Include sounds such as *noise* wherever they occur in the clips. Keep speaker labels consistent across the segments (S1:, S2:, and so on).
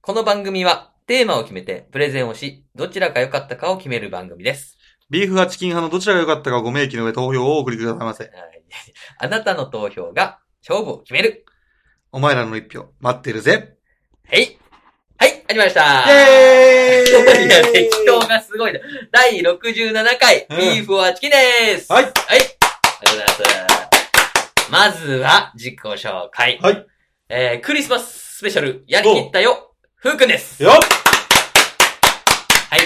S1: この番組はテーマを決めてプレゼンをし、どちらが良かったかを決める番組です。
S2: ビーフがチキン派のどちらが良かったかをご明記の上投票をお送りくださいませ。
S1: はいあなたの投票が勝負を決める。
S2: お前らの一票、待ってるぜ。
S1: はい。はい、始まりました。
S2: イェーイ
S1: いや、適当がすごいな。第67回、
S2: うん
S1: ビーフはチキンです。
S2: はい
S1: はい。ありがとうございます。まずは、自己紹介。
S2: はい。
S1: えー、クリスマススペシャル、やりきったよ、ふうくんです。
S3: よっ
S1: はい。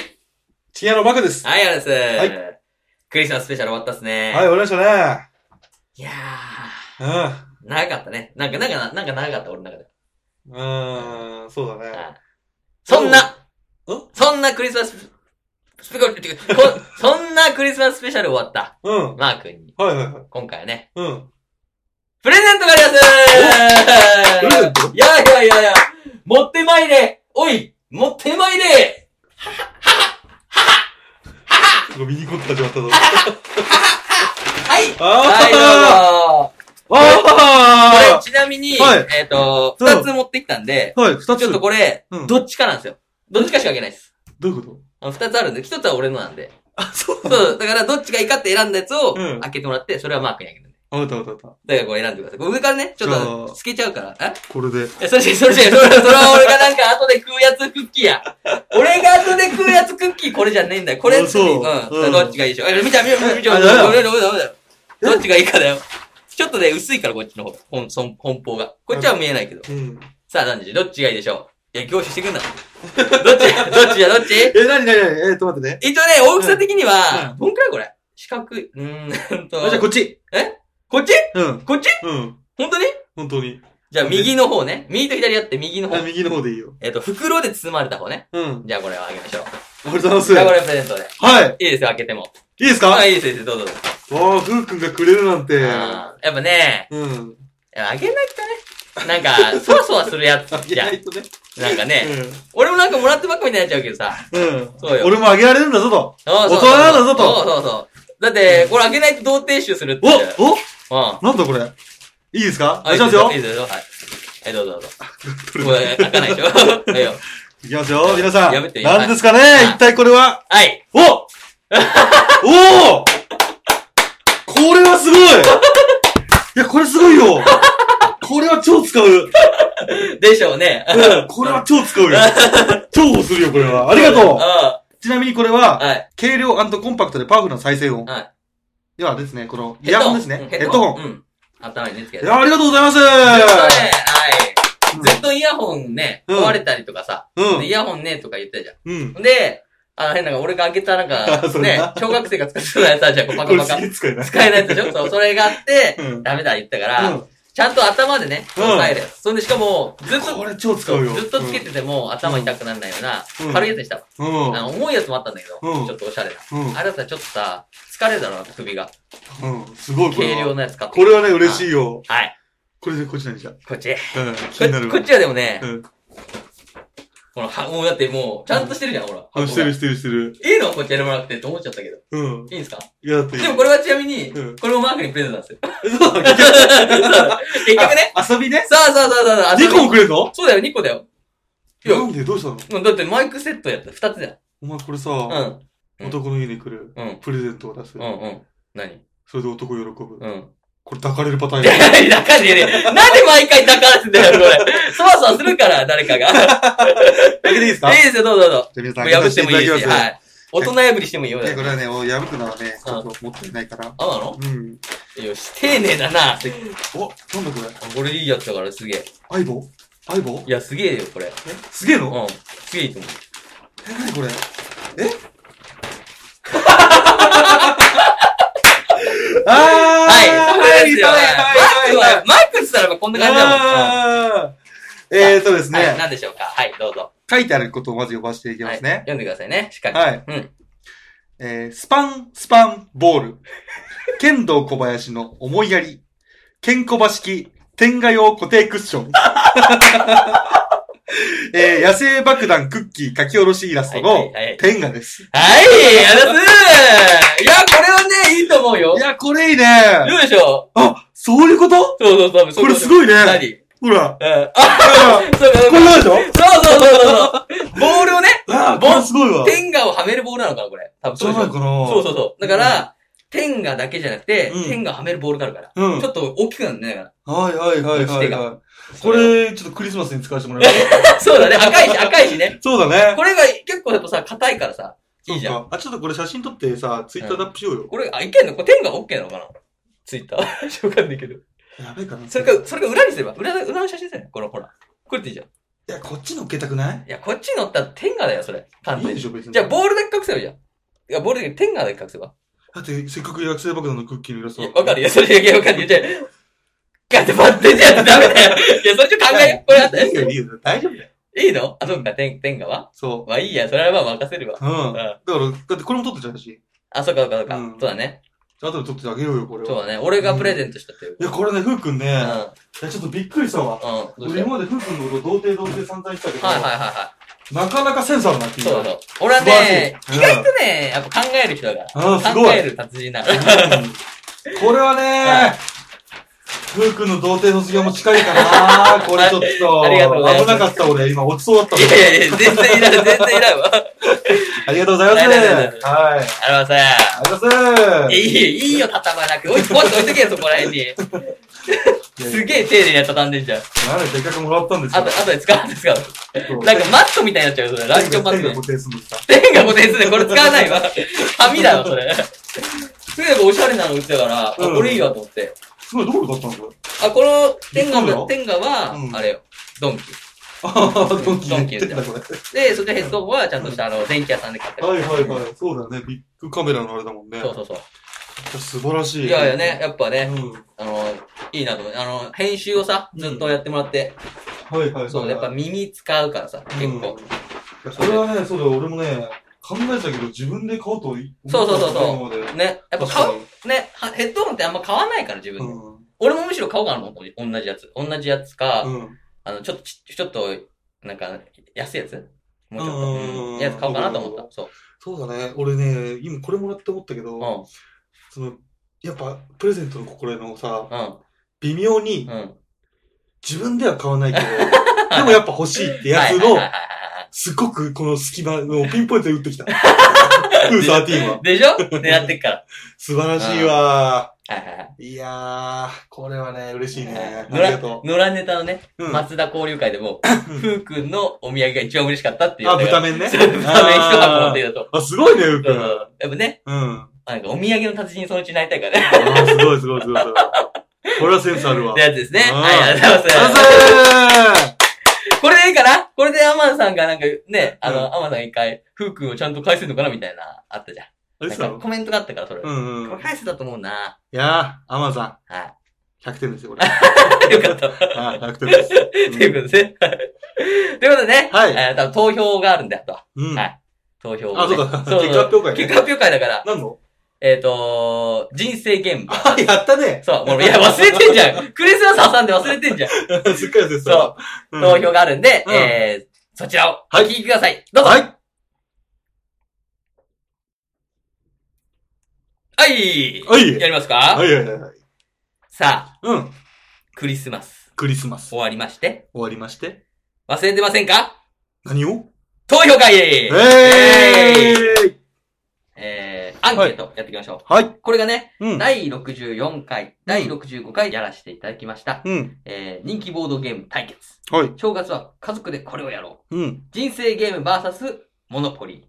S3: チキン屋のバクです。は
S1: はい、ありがとうございます。
S2: は
S1: クリスマススペシャル終わったっすね。
S3: い、終わりましたね。
S1: いや
S3: う
S1: ー、長かったね。なんか、なんか、なんか長かった、俺の中で。
S3: ん。うーん、そうだね。
S1: そんな、
S3: うん
S1: そんなクリスマススペ、スペこ *laughs* そんなクリスマススペシャル終わった。
S3: うん。
S1: マー君に、
S3: はいはいはい。
S1: 今回はね、
S3: うん。
S1: プレゼントがあり
S2: プレ
S1: ます
S2: ゼント
S1: いやいやいやいや、持ってまいれおい持ってまいれ
S3: すごいミニコント始まったぞ。
S1: はい
S3: あ
S1: は
S3: ーあ
S1: い、どうぞこ
S3: あ
S1: れちなみに、
S3: はい
S1: えっ、と、
S3: うん
S1: 二つ持ってきたんで、
S3: はい、二
S1: ちょっ
S3: つ
S1: と。これ、
S3: うん
S1: どっちかなんですよ。どっちかしかあげないです。
S3: どういうこと
S1: あの二つあるんで、一つは俺のなんで。
S3: あ、そうなの
S1: そう、だからどっちがいいかって選んだやつを
S3: うん
S1: 開けてもらって、それはマークにあげるんで。
S3: あ、わかったわかったわかっ
S1: だからこれ選んでください。これ上からね、ちょっ
S3: じゃ
S1: と
S3: あ
S1: 透けちゃうから。え
S3: た。これで。
S1: え、それじゃ、
S3: *laughs*
S1: それじゃ、それは、それは俺がなんか後で食うやつクッキーや。俺が後で食うやつクッキー、これじゃねえんだよ。これ
S3: あそう
S1: うん。
S3: うん
S1: どっちがいいでしょ。え、見た、見
S3: *laughs*
S1: た、見た、見た、
S3: あ
S1: 見
S3: ダメ
S1: た、見
S3: だ
S1: た、見た、どっちがいいかだよ。ちょっとね、薄いから、こっちの方。本、そん本邦が。こっちは見えないけど。
S3: うん。
S1: さあ、何時どっちがいいでしょう。いや、凝視して
S3: *laughs*
S1: くんな。どっちどっちじゃ、どっち
S3: え、なになになにえーっと待ってね。
S1: 一応ね、大きさ的には、どんくらいこれ四角い。うーんと。
S3: あ、じゃあこっち。
S1: こっち
S3: うん。
S1: こっち
S3: うん。
S1: 本当に
S3: 本当に。
S1: じゃあ、右の方ね。右と左やって、右の方
S3: あ、。右の方でいいよ。
S1: えっと、袋で包まれた方ね。
S3: うん。
S1: じゃあ、これをあげましょう。
S3: ありがとうござ
S1: じゃあ、
S3: い
S1: こ
S3: ます。
S1: れプレゼントで。
S3: はい。
S1: いいですよ、開けても。
S3: いいですか
S1: あ、
S3: あ
S1: いいです、いいです、どうぞ。どうぞ
S3: ー、ふうくんがくれるなんて。
S1: あーやっぱね、
S3: うん。
S1: 開けないとね。なんか、そわそわするやつ
S3: あげ
S1: じゃ
S3: なんいとね。
S1: なんか
S3: う
S1: ね、
S3: ん。
S1: 俺もなんかもらってばっかみたいになっちゃうけどさ。
S3: うん。
S1: そうよ
S3: 俺もあげられるんだぞと。
S1: そうそう
S3: 大人なんだぞと
S1: そうそうそう。だって、これ開けないと同定集するって
S3: お
S1: 言っちゃう。
S3: お
S1: うん。
S3: なんだこれいいですか
S1: あ、
S3: い
S1: い
S3: きますよ
S1: いですよ。はい。はい、どうぞど
S3: *laughs*
S1: うぞ。これ、開かないでしょ *laughs* はいよ。
S3: いきますよ皆さん。
S1: やめて
S3: 何ですかね
S1: はい
S3: 一体これは
S1: はい。
S3: おおおこれはすごいいや、これすごいよこれは超使うう
S1: でしょうね。
S3: んこれは超
S1: *laughs*
S3: 使うよ重宝するよ、これは。ありがとう
S1: あ
S3: ちなみにこれ
S1: あ、
S3: は、
S1: はい。
S3: 軽量コンパクトでパワフルな再生音。
S1: はい
S3: ではですね、このイ
S1: ヘッ
S3: ヤ
S1: ド
S3: ホ
S1: ホ
S3: ン
S1: ン
S3: ですね。
S1: うん
S3: ヘッドホン。
S1: うん。頭にねつけ
S3: い
S1: て。
S3: や、ありがとうございます
S1: ずっとね、はい。ずっとイヤホンね、
S3: うん
S1: 壊れたりとかさ、
S3: うん
S1: でイヤホンね、とか言ってたじゃ
S3: うん。、
S1: ん。で、あの変なのが俺が開けたなんか
S3: *laughs* そう
S1: ね
S3: だな、
S1: 小学生が使ってたやつある
S3: *laughs*
S1: じゃん、こうパ
S3: こ
S1: カ
S3: れ
S1: パカ
S3: す。げえ使えない。
S1: 使えないやつでしょそう、それがあって
S3: う、ん
S1: ダメだ言ったか
S3: う
S1: ら
S3: ん、
S1: ちゃんと頭でね、
S3: うん
S1: 押さえるやつ。そんでしかも、ずっと
S3: こ、れ超使うよ。
S1: ずっとつけてても頭痛くならないような
S3: う、ん
S1: 軽いやつにしたわ。
S3: うん。うん。
S1: あの重いやつもあったんだけど、
S3: うん
S1: ちょっとおしゃれな。
S3: うん。
S1: あれだったらちょっとさ、疲れるだろうな、首が。
S3: うん、すごいこれ
S1: 軽量
S3: は。
S1: なやつ買って。
S3: これはね、嬉しいよ。
S1: はい。
S3: これでこっち何じゃ。うん、
S1: こっち。こ
S3: 気になるわ
S1: こっ。ちはでもね
S3: う、ん。
S1: この、は、もうだってもう、ちゃんとしてるじゃん、ほら。
S3: あ、してる
S1: 箱
S3: してるしてる。
S1: がいいのこっちやもらってって思っちゃったけど。
S3: うん。
S1: いいんですか
S3: いや、だって。
S1: でもこれはちなみに、
S3: うん
S1: これもマークにプレゼントなんですよ。 *laughs*
S3: そうだね
S1: 結局ね。
S3: あ遊びね。
S1: さあさあさあさあ、あ
S3: 2個もくれんの
S1: そうだよ、2個だよ。いや
S3: なんでどうしたの
S1: もうだってマイクセットやった。2つじゃん。
S3: お前これ
S1: う
S3: さ、
S1: ん。うん
S3: 男の家に来る。
S1: うん。
S3: プレゼントを出す
S1: う。んうん。何
S3: それで男喜ぶ。
S1: うん。
S3: これ抱かれるパター
S1: い *laughs*
S3: ンや。
S1: やいや、抱かれてね。なんで毎回抱かれてんだよ、これ。そわそわするから、誰かが。
S3: だけでいいですか
S1: いいですよ、どうぞどうぞ。
S3: じゃあ皆さん、
S1: 破ってもいいし、
S3: 開けさせてただ
S1: は
S3: き
S1: い。大人破りしてもいいよ。
S3: ます。
S1: だ
S3: ね
S1: っ
S3: こ
S1: て
S3: れはね、お破くのはね、ち
S1: う
S3: ょ
S1: ん
S3: っと持っていないから。
S1: あ、なの
S3: うん。
S1: よし、丁寧だな。
S3: お、なんだこ
S1: こ
S3: れ
S1: れいいやつだから、すげえ。
S3: 相棒相棒
S1: いや、すげえよ、これ。
S3: えすげえの
S1: うん。すげえいいと思う。
S3: え、なにこれ
S1: *laughs*
S3: えあ
S1: はい、そうですよ。マ
S3: はい、
S1: ーク
S3: はい、
S1: は、マークって言ったらばこんな感じだ
S3: あーえーとです
S1: もん。はい、
S3: ね、
S1: 何でしょうか。はい、どうぞ。
S3: 書いてあることをまず読ませていきま
S1: はい
S3: すね。
S1: 読んでくださいね、しっかり。
S3: はい。
S1: うん。
S3: えースパン、スパン、ボール。 *laughs* 剣道小林の思いやり。剣小橋式、天下用固定クッション。 *laughs* えー野生爆弾クッキー書き下ろしイラスト
S1: はい
S3: の
S1: はいはい
S3: 天下です。
S1: はい、やだすいや、これはね、いいと思うよ
S3: い。や、これいい
S1: ど
S3: ね。
S1: うでしょ
S3: あ、そういうこと
S1: うそうそうそう。
S3: これすごいね
S1: 何うん。
S3: ほら。 *laughs*
S1: あ、
S3: ほら
S1: そうか、そう
S3: こ
S1: か。
S3: んなんでしょ
S1: そうそうそうそう
S3: れすごいわ。
S1: 天下をはめるボールなのかな、これ。多分
S3: そうなのかな
S1: そうそうそう。だから、天下だけじゃなくて、
S3: うん
S1: 天下をはめるボールがあるから。
S3: う。うん
S1: ち。ょっと大きくなるんだよだか
S3: はいはいはい
S1: 持ち
S3: は
S1: 手
S3: い、
S1: が
S3: はい。これ、ちょっとクリスマスに使わせてもらえま
S1: *laughs*
S3: す
S1: ら。 *laughs* そうだね、赤いし、赤いしね。
S3: そうだね。
S1: これが結構やっぱさ、硬いからさ、いいじゃん。
S3: そうか。あ、ちょっとこれ写真撮ってさ、ツイッターでアップしようよ。
S1: これ、あ、いけんのこれ天下 OK なのかなツイッター。わ *laughs* かんないけど。
S3: やべえかな。
S1: それ
S3: い
S1: か、それか裏にすれば、裏、裏の写真すれば、このほら。これでいいじゃん。い
S3: や、こっち乗っけたくない
S1: や、こっちに乗ったら天下だよ、それ。完
S3: いい
S1: 全
S3: で
S1: に。
S3: しょ、別に。
S1: じゃあ、ボールだけ隠せばいいじゃん。いや、ボールだけ、天下だけ隠せば。
S3: だって、せっかく学生爆弾のクッキーのイラス
S1: い
S3: ト
S1: や、わかるよ、それだけわかるよ。じゃあ、ガッてバッてじゃダメだよ。いや、それちょっと考えよう。これあった
S3: いいよ、いいよ。大丈夫だよ。
S1: いいのあ、そっか、天、天下は
S3: そ
S1: まあいいや、それはまあ任せるわ。
S3: う。うん。
S1: う
S3: だか
S1: ん。
S3: ら、だってこれも撮ってちゃうし。
S1: あ、そっかそっかそっか。
S3: うん
S1: そうだね。
S3: あとで撮ってあげようよ、これ
S1: そう
S3: は。
S1: だね。俺がプレゼントしたっていう。
S3: いや、これね、ふうくんね、
S1: うん。う
S3: い
S1: ん。
S3: や、ちょっとびっくりしたわ。
S1: どうし
S3: 俺
S1: たはい
S3: 今までふうくんのこと童貞童貞散々言ってたけど、
S1: はいはいは
S3: なかなかセンスあるなって
S1: い。
S3: いう
S1: そう
S3: か。
S1: そう。俺はね、
S3: 素
S1: 意
S3: 晴らしい
S1: 外とね、やっぱ考える人だか
S3: あー
S1: ら。
S3: す
S1: 考
S3: ごい
S1: え。る達人だから。
S3: うんこれ
S1: は
S3: はね、ふうくんの童貞卒業も近いかなこれちょっと。
S1: ありがとうございます
S3: 危なかった俺、今落ちそうだったも
S1: い
S3: ん
S1: やいやいや、全然いらん、全然いらんわ。
S3: ありがとうございま
S1: あ
S3: す。
S1: りがとうございます
S3: はい。
S1: あのさ、
S3: ありがとうございます
S1: い。い、いいよ、畳まなく。おい、ポンと置いとけよ、そこら辺に。す
S3: え。
S1: げえ丁寧に畳んでんじゃん。
S3: なんでせっかくもらったんです
S1: あ
S3: よ。
S1: と、あとで使うんですか
S3: そう
S1: なんかマットみたいになっちゃうよ、それ。ランチョンマッ
S3: 天
S1: ト
S3: が
S1: ね
S3: 固。定するんですか
S1: ペンが固定するね。これ使わないわ。紙だわ、それ。それやっぱおしゃれなの売ってたから、あ
S3: うん
S1: これいいわと思って。
S3: すごい、どこで買ったんですか
S1: あ、この、天下
S3: そうよ
S1: の、天下は、
S3: うん
S1: あれよ、ドンキ。
S3: ああ、ドンキ
S1: ド
S3: や
S1: ン
S3: っ
S1: キ
S3: て
S1: やって
S3: ん
S1: た
S3: だ、これ。
S1: で、そっちのヘッドホンはちゃんとした、あの、電気屋さんで買った。
S3: はいはいはい。そうだよね。ビッグカメラのあれだもんね。
S1: そうそうそう。
S3: 素晴らしい。
S1: いやいやね、。やっぱね、
S3: うん。
S1: あの、いいなと思って、あの、編集をさ、ずっとやってもらって、
S3: はいはいはい。
S1: そう、やっぱ耳使うからさ、結構
S3: うん。。それはね、そうだよ、俺もね、考えたけど自分で買おうと思った
S1: そうそうそうそう
S3: 今まで
S1: ね、やっぱ
S3: 確か
S1: 買
S3: に
S1: う、ね、はヘッドホンってあんま買わないから自分で。
S3: うん。
S1: 俺もむしろ買おうかなと思って、同じやつ。同じやつか、
S3: うん。
S1: あの、ちょっとち、ちょっと、なんか、安いやつもうちょっ
S3: う
S1: と
S3: んうんうんうん
S1: うん、やつ買おうかなと思った。そう。
S3: そうだね、俺ね、今これもらって思ったけ
S1: う
S3: ど、
S1: ん。
S3: その、やっぱ、プレゼントの心得のさ、
S1: う
S3: 微妙に
S1: ん。うん。
S3: 自分では買わない
S1: *laughs*
S3: けど、でもやっぱ欲しいってや
S1: は
S3: つ
S1: いはい
S3: の
S1: はいはい、
S3: すごくこの隙間のピンポイントで打っ
S1: *laughs*
S3: てきた。フー13
S1: は
S3: は。
S1: い。でしょ狙ってっから。
S3: 素晴らしいわ。
S1: はいはいはい
S3: いやー、これはね、嬉しいね。あ
S1: 野
S3: りが
S1: 良
S3: と、
S1: 野良ネタのね、
S3: う。うん。あ、
S1: 松田交流会でも、ふうくんのお土産が一番嬉しかったっていう。
S3: 豚
S1: 目。
S3: 麺ね。
S1: そう、 *laughs* 豚麺一箱持っていたと。
S3: あ、すごいね、ふ
S1: そ
S3: うく。
S1: うんそう。やっぱね、
S3: うん。
S1: なんかお土産の達人そのうちになりたいからね。
S3: あーすごいすごいすごい。すごいこれはセンスあるわ。
S1: ってやつですね。
S3: うん
S1: はい、ありがとうござい
S3: 完
S1: ます。
S3: 成
S1: これでいいかなこれでアマンさんがなんかね、あ
S3: う
S1: の、アマンさんが一回、ふうくんをちゃんと返せるのかなみたいな、あったじゃん。
S3: あれ
S1: なん
S3: さ
S1: か、コメントがあったから、それ。
S3: う
S1: こ
S3: んうん。
S1: れ返せたと思うな。
S3: いやー、アマンさ
S1: は
S3: ん、100点ですよ、
S1: *laughs*
S3: これ。
S1: い。よかった。と
S3: はい、100点で
S1: *laughs*
S3: す。
S1: いうことですね。ということでね。
S3: はい
S1: えー多分投票があるんだ、あとは。
S3: うん。うん
S1: はい投票をね
S3: あ、そうか、
S1: そう
S3: 結果発表会
S1: 結
S3: ね。
S1: 果発表会だから、
S3: 何の
S1: えっと、人生ゲーム。
S3: *laughs* あ、やったね。
S1: そう、もう、いや、忘れてんじ
S3: *laughs*
S1: ゃん。クリスマス挟んで忘れてんじゃん。
S3: すっかりです
S1: そうう、
S3: ん
S1: 投票があるんで、
S3: うん
S1: えー、そちらを、お
S3: はい
S1: 聞きください。どうぞ。
S3: は。
S1: はいい。
S3: はい
S1: やりますか
S3: はいはいはいはい。
S1: さあ、
S3: うん。
S1: クリスマス
S3: クリスマス
S1: 終わりまして、
S3: 終わりまして。
S1: 忘れてませんか
S3: 何を
S1: 投票会
S3: え
S1: へ
S3: ーい
S1: えー、アンケートやっていきましょう。
S3: はい。
S1: これがね、
S3: *laughs* うん。
S1: 第64回、第65回やらせていただきました。
S3: うん。
S1: えー、人気ボードゲーム対決。
S3: はい。
S1: 正月は家族でこれをやろう。
S3: うん。
S1: 人生ゲーム VS モノポリ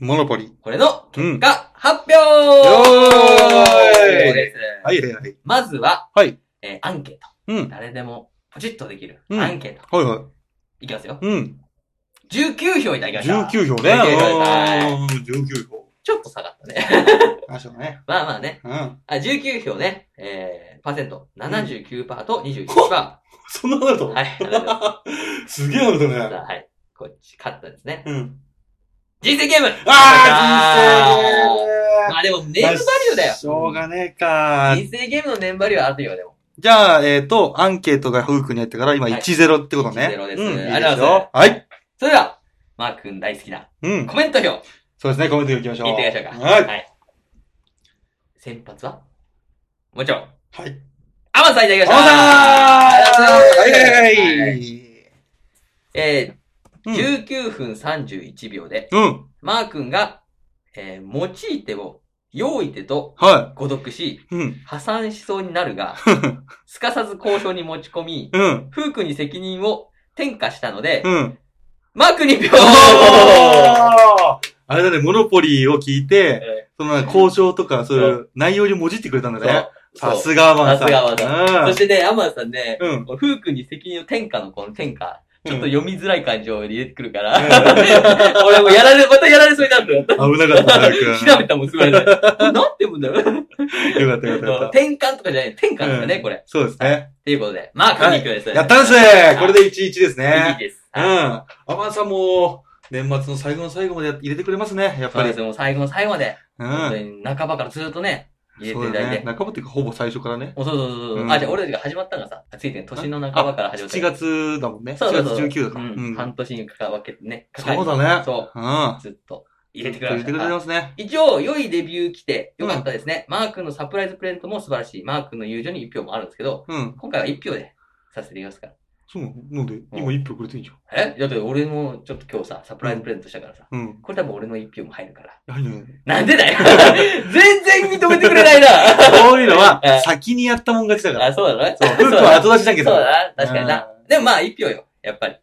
S3: モノポリ。
S1: ー。これの
S3: うん。
S1: が発表
S3: ーい
S1: です
S3: はいはいはい。
S1: まずは、
S3: はい
S1: えーアンケート。
S3: うん。
S1: 誰でもポチッとできる。
S3: うん
S1: アンケート。
S3: はいはい。
S1: いきますよ。
S3: うん。
S1: 19票いただきました。
S3: 19
S1: ね
S3: 票ね。
S1: は
S3: うん19票。
S1: ちょっと下がったね。 *laughs*
S3: あ、そうね。
S1: まあまあね。
S3: うん。
S1: あ、19票ね。えー、パーセント。79%と21%。は
S3: そんなことあると
S1: い。ありがとうございます
S3: げえあると
S1: す。
S3: ね。
S1: さあはい。こっち、勝ったですね。
S3: うん。
S1: 人生ゲーム
S3: あ
S1: まあでも、ネ
S3: ー人生
S1: ームバリューだよ。
S3: しょうがねえか。
S1: 人生ゲームのネームバリューはあるよ、でも。
S3: じゃあ、えっと、アンケートがフークにやったから、今
S1: はい
S3: 1-0ってことね。
S1: 1-0です
S3: うんいい
S1: ありがとうございます
S3: はい。
S1: それでは、マー君大好きな
S3: うん。
S1: コメント票、
S3: そうですね、コメント行きましょう。
S1: 聞いてみましょうか。
S3: はい。
S1: 先発はもちろん、
S3: はい。
S1: アマンさんいただきま
S3: お
S1: した
S3: は
S1: ありがとうございます
S3: はいはいはい。
S1: え
S3: うん
S1: 19分31秒で、
S3: うん。
S1: マー君が、えー用いてを、用いてと
S3: は
S1: 誤読し、
S3: い。うん。
S1: 破産しそうになる
S3: *laughs*
S1: が、すかさず交渉に持ち込み、
S3: うん。
S1: フー君に責任を転嫁したので、
S3: うん。
S1: マー君に票
S3: ああれだね、モノポリーを聞いて、その交渉とか、そういう内容にもじってくれたんだね。
S1: そう
S3: さすがアマンさ
S1: さ
S3: ん。
S1: すがアマンさ
S3: う
S1: そ
S3: ん
S1: してね、アマンさんね、
S3: うん。
S1: フー君に責任を転嫁のこの転嫁、ちょっと
S3: うん
S1: 読みづらい感情を入れてくるから、俺もやられ、またやられそうになるんだよ。
S3: 危なかった、早
S1: *laughs*
S3: く。
S1: 調べたもん、すごいね。なんて読むんだろう。
S3: よかった、よかったよかった。
S1: 転換とかじゃない、転換ですかね、
S3: うん
S1: これ。
S3: そうですね。
S1: ということで、マー君に行くです、
S3: やったんす
S1: はい
S3: これで1-1です
S1: いい
S3: ね。
S1: です。
S3: うん。アマンさんも、年末の最後の最後までや入れてくれますね、やっ
S1: そう
S3: ぱり
S1: で。す、もう最後の最後まで、
S3: う
S1: 本当
S3: ん。
S1: に半ばからずっとね、入れて
S3: そう
S1: いた
S3: だ
S1: だい
S3: ね。
S1: て。
S3: 半ばっていうか、ほぼ最初からね。
S1: もうそうそうそうそう。
S3: うん
S1: あ、じゃあ俺たちが始まったのがさ、ついてね年の半ばから始まった。
S3: 7。月だもんね。
S1: そうそうそう。
S3: 7月19だから。
S1: う
S3: うんん。
S1: 半年にかかわけてね。かかり
S3: そうだね。。
S1: そう
S3: ん
S1: う。。ずっと入れてくれ
S3: 入
S1: ま
S2: れ
S1: して
S2: くれ
S1: た
S2: て。ますね。
S1: 以上、良いレビュー来て、良かったですね。マー君のサプライズプレゼントも素晴らしい。マー君の友情に1票もあるんですけど、
S2: うん。
S1: 今回は1票でさせていただきますから。
S2: そうなのなんで今一票くれていいじ
S1: えだって俺もちょっと今日さ、サプライズプレゼントしたからさ。
S2: ゃん。うん。
S1: これ多分俺の1票も入るから。
S2: やはりね。
S1: なんでだよ全然認めてくれないな
S2: そういうのは
S1: ええ、
S2: 先にやったもん勝ちだから。
S1: あ、そうだな。
S2: そう、フック
S1: だ
S2: は後出しだけ
S1: そ
S2: ど。
S1: うだな。確かにな。でもまあ、1票よ。やっぱり。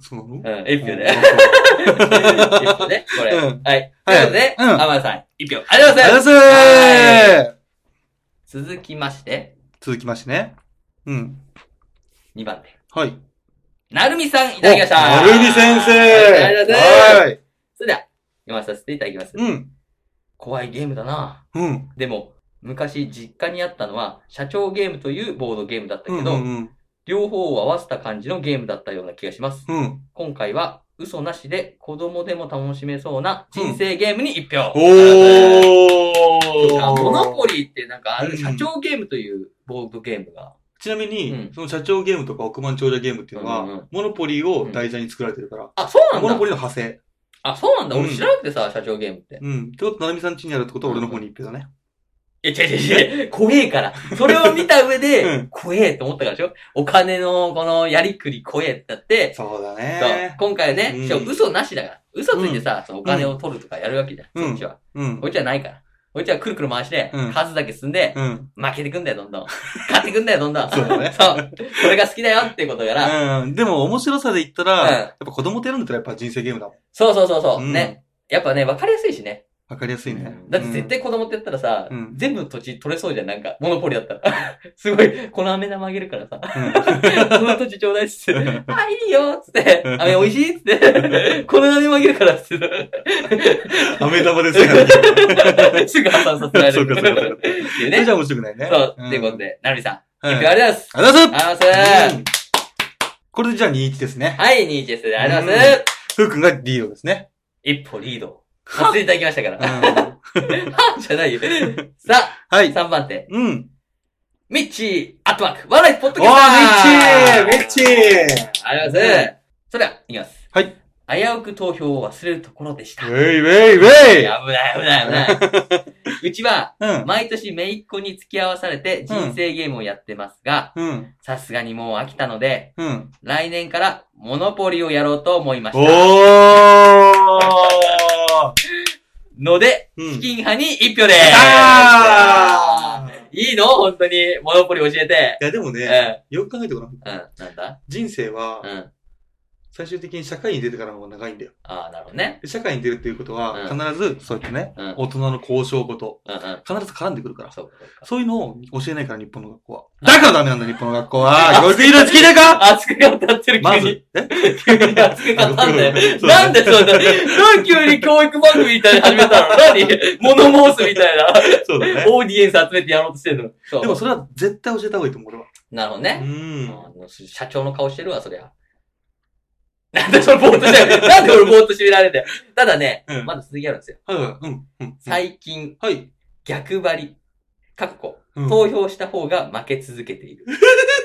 S2: そうなの
S1: うん、1票で。
S2: あ
S1: 1票ね、これ。
S2: うん
S1: *laughs* はい。ということで、
S2: うん
S1: アマンさん、1票。ありがとうござい
S2: り
S1: ま
S2: が
S1: す
S2: とうございます
S1: 続きまして、
S2: 続きましてね。うん。
S1: 2番手。
S2: はい。
S1: なるみさん、いただきました。
S2: おなるみ先生
S1: ありがとうございます。
S2: はい。
S1: それでは、読ませさせていただきます。
S2: うん。
S1: 怖いゲームだな。
S2: うん。
S1: でも、昔実家にあったのは、社長ゲームというボードゲームだった
S2: う
S1: け
S2: ん。
S1: ど、
S2: うん。
S1: 両方を合わせた感じのゲームだったような気がします。
S2: うん。
S1: 今回は、嘘なしで子供でも楽しめそうな人生ゲームに一票。
S2: お
S1: ーあモノ
S2: ー
S1: ポリーってなんかある
S2: うん
S1: 社長ゲームというボードゲームが。
S2: ちなみ
S1: うん
S2: に、その社長ゲームとか億万長者ゲームっていうの
S1: うんうんうん
S2: は、モノポリーを題材に作られてるから、
S1: あ、そう
S2: モ
S1: な
S2: ノ
S1: ん
S2: ポ
S1: だ。
S2: リーの派生。
S1: あ、そうなんだ。俺
S2: うん
S1: 知らなくてさ、社長ゲームって。
S2: うん。ってこと、なるみさん家にあるってことは俺の方に言ってたね。
S1: いや、違う違う違う。怖えから。それを見た上
S2: う
S1: で
S2: ん、
S1: 怖えと思ったからでしょお金のこのやりくり怖えってなって、
S2: そうだ
S1: そう
S2: ね。
S1: 今回はね、
S2: うん
S1: しかも嘘なしだから。嘘ついてさ、そのお金を取るとかやるわけじゃん。
S2: うん
S1: そっちは。
S2: うん
S1: こっ。ちはないから。こっちはくるくる回して、
S2: うん
S1: 数だけ進んで、
S2: うん。
S1: 負けてくんだよ、どんどん。勝ってくんだよ、どんどん。
S2: そうだね
S1: *laughs* そう。それが好きだよってことから。
S2: うん。でも、面白さで言ったら、
S1: うん
S2: やっぱ子供とやるんだったらやっぱ人生ゲームだもん。
S1: そうそうそうそう。
S2: うん
S1: ね。やっぱね、わかりやすいしね。
S2: わかりやすいね。
S1: だって絶対子供ってやったらさ、
S2: うん
S1: 全部の土地取れそうじゃん、なんか、モノポリだったら。 *laughs* すごい、この飴玉あげるから
S2: う
S1: さ、 *laughs*
S2: ん。 *laughs*
S1: この土地ちょうだいっつって、あ、いいよっつって、飴美味しいっつ
S2: *laughs*
S1: って、この飴もあげるからっつって、
S2: 飴玉ですから
S1: すぐ破産させられる。
S2: そうかそうかそうか
S1: っていう
S2: ね。
S1: ね
S2: じゃ。あ面白くないね。
S1: そう、ということ
S2: で。
S1: で、なるみさん、
S2: はい
S1: 一票ありがとうございます。
S2: ありがとうござい
S1: ありがとうござい
S2: ま
S1: ますす
S2: う。んこれでじゃあ2-1ですね。
S1: はい、ニーチェスでありがとうございます。
S2: ふうくんがリードですね。
S1: 一歩リード。させていただきましたか
S2: うん
S1: ら。じゃな
S2: *laughs*
S1: いよ。さあ、
S2: はい。
S1: 3番手。
S2: うん。
S1: ミッチー、アットワーク、ワンライフポッド
S2: おー、
S1: キ
S2: ミ
S1: ャスト
S2: ッチーミッチー
S1: ありがとうございます。それでは、いきます。
S2: はい。
S1: 危うく投票を忘れるところでした。
S2: ウ
S1: 危
S2: ェ
S1: ない
S2: イウェイウェイ
S1: 危ない危ない。
S2: *laughs*
S1: うちは、
S2: うん。
S1: 毎年めいっ子に付き合わされて人生ゲームをやってますが、
S2: うん。
S1: さすがにもう飽きたので、
S2: うん。
S1: 来年からモノポリをやろうと思いました。
S2: おー
S1: ので、
S2: うん
S1: チキン派に一票でーす
S2: あー
S1: いいの本当に、モノポリ教えて。
S2: いやでも
S1: うん。
S2: ね、
S1: う
S2: よく考えてごらん。
S1: ん。なんだ
S2: 人生は
S1: う、ん。
S2: 最終的に社会に出てからの方が長いんだよ。
S1: ああ、なるほどね。
S2: で社会に出るっていうことは、
S1: うん
S2: 必ず、そうやってね、
S1: うん。うん
S2: 大人の交渉事、
S1: うん。
S2: 必ず絡んでくるから。
S1: そうかそうか。
S2: そういうのを教えないから、日本の学校は。だからダメなんだ、日本の学校は。教育理論聞いてるか
S1: 熱く語ってる、
S2: ま
S1: 急に。
S2: ず、え
S1: 急に熱く語ったんだ
S3: *laughs*
S1: よ。
S2: そう
S1: なんでそんな、なんで急に教育番組みたいに始めたの何物申すみたいな。
S2: そうだね。
S1: オーディエンス集めてやろうとしてるの。そう。
S2: でもそれは絶対教えた方がいいと思う、俺は。
S1: なるほど
S2: う
S1: ね。
S2: ん。
S1: うん社長の顔してるわ、そりゃ。なんでそれぼーっとしてるなんで俺ぼーっとしてられて。ただね、
S2: うん。
S1: まだ続きあるんですよ。
S2: はいはい、うん。うん。
S1: 最近、
S2: はい。
S1: 逆張り。過去、
S2: うん
S1: 投票した方が負け続けている。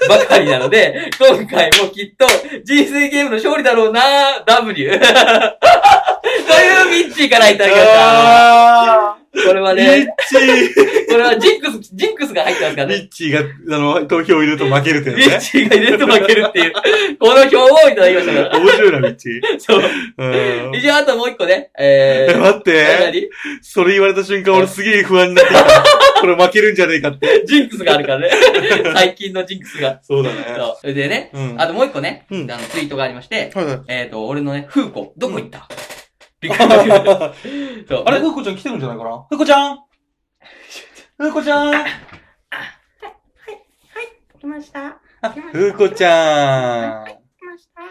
S1: ばかりなので、 *laughs* 今回もきっと人生ゲームの勝利だろう *laughs* な W。というミッチーからいただきました。
S2: あ
S1: これは
S3: ミッ
S1: ね、
S3: チー、
S1: これはジンクス、ジンクスが入ってますから
S3: ミ
S1: ね。
S3: ッチーが、あの、投票を入れると負けるって
S1: ミッ
S3: やつ
S1: チー
S3: ね。
S1: が入れると負けるっていう、この表をいただきましたから。
S3: 面白いな、ミッチー。
S1: そう。
S3: うん。
S1: 一応あともう一個ね、え
S3: え、
S1: ー、
S3: 待って。
S1: 何
S3: それ言われた瞬間、俺すげえ不安になってき
S1: *laughs*
S3: た。これ負けるんじゃねえかって。
S1: ジンクスがあるからね。最近のジンクスが。
S3: そうだね。
S1: そう。それでね、
S3: うん。
S1: あともう一個ね、あ
S3: うん
S1: の、ツイートがありまして、
S3: はいはい
S1: えっと、俺のね、フーコ、どこ
S4: *laughs*
S1: 行ったびっくりした。そう
S4: あれ、ふうこちゃん来てるんじゃないかなふうこちゃんふうこちゃん
S5: 来ました。
S4: あふうこちゃん
S5: 来ました。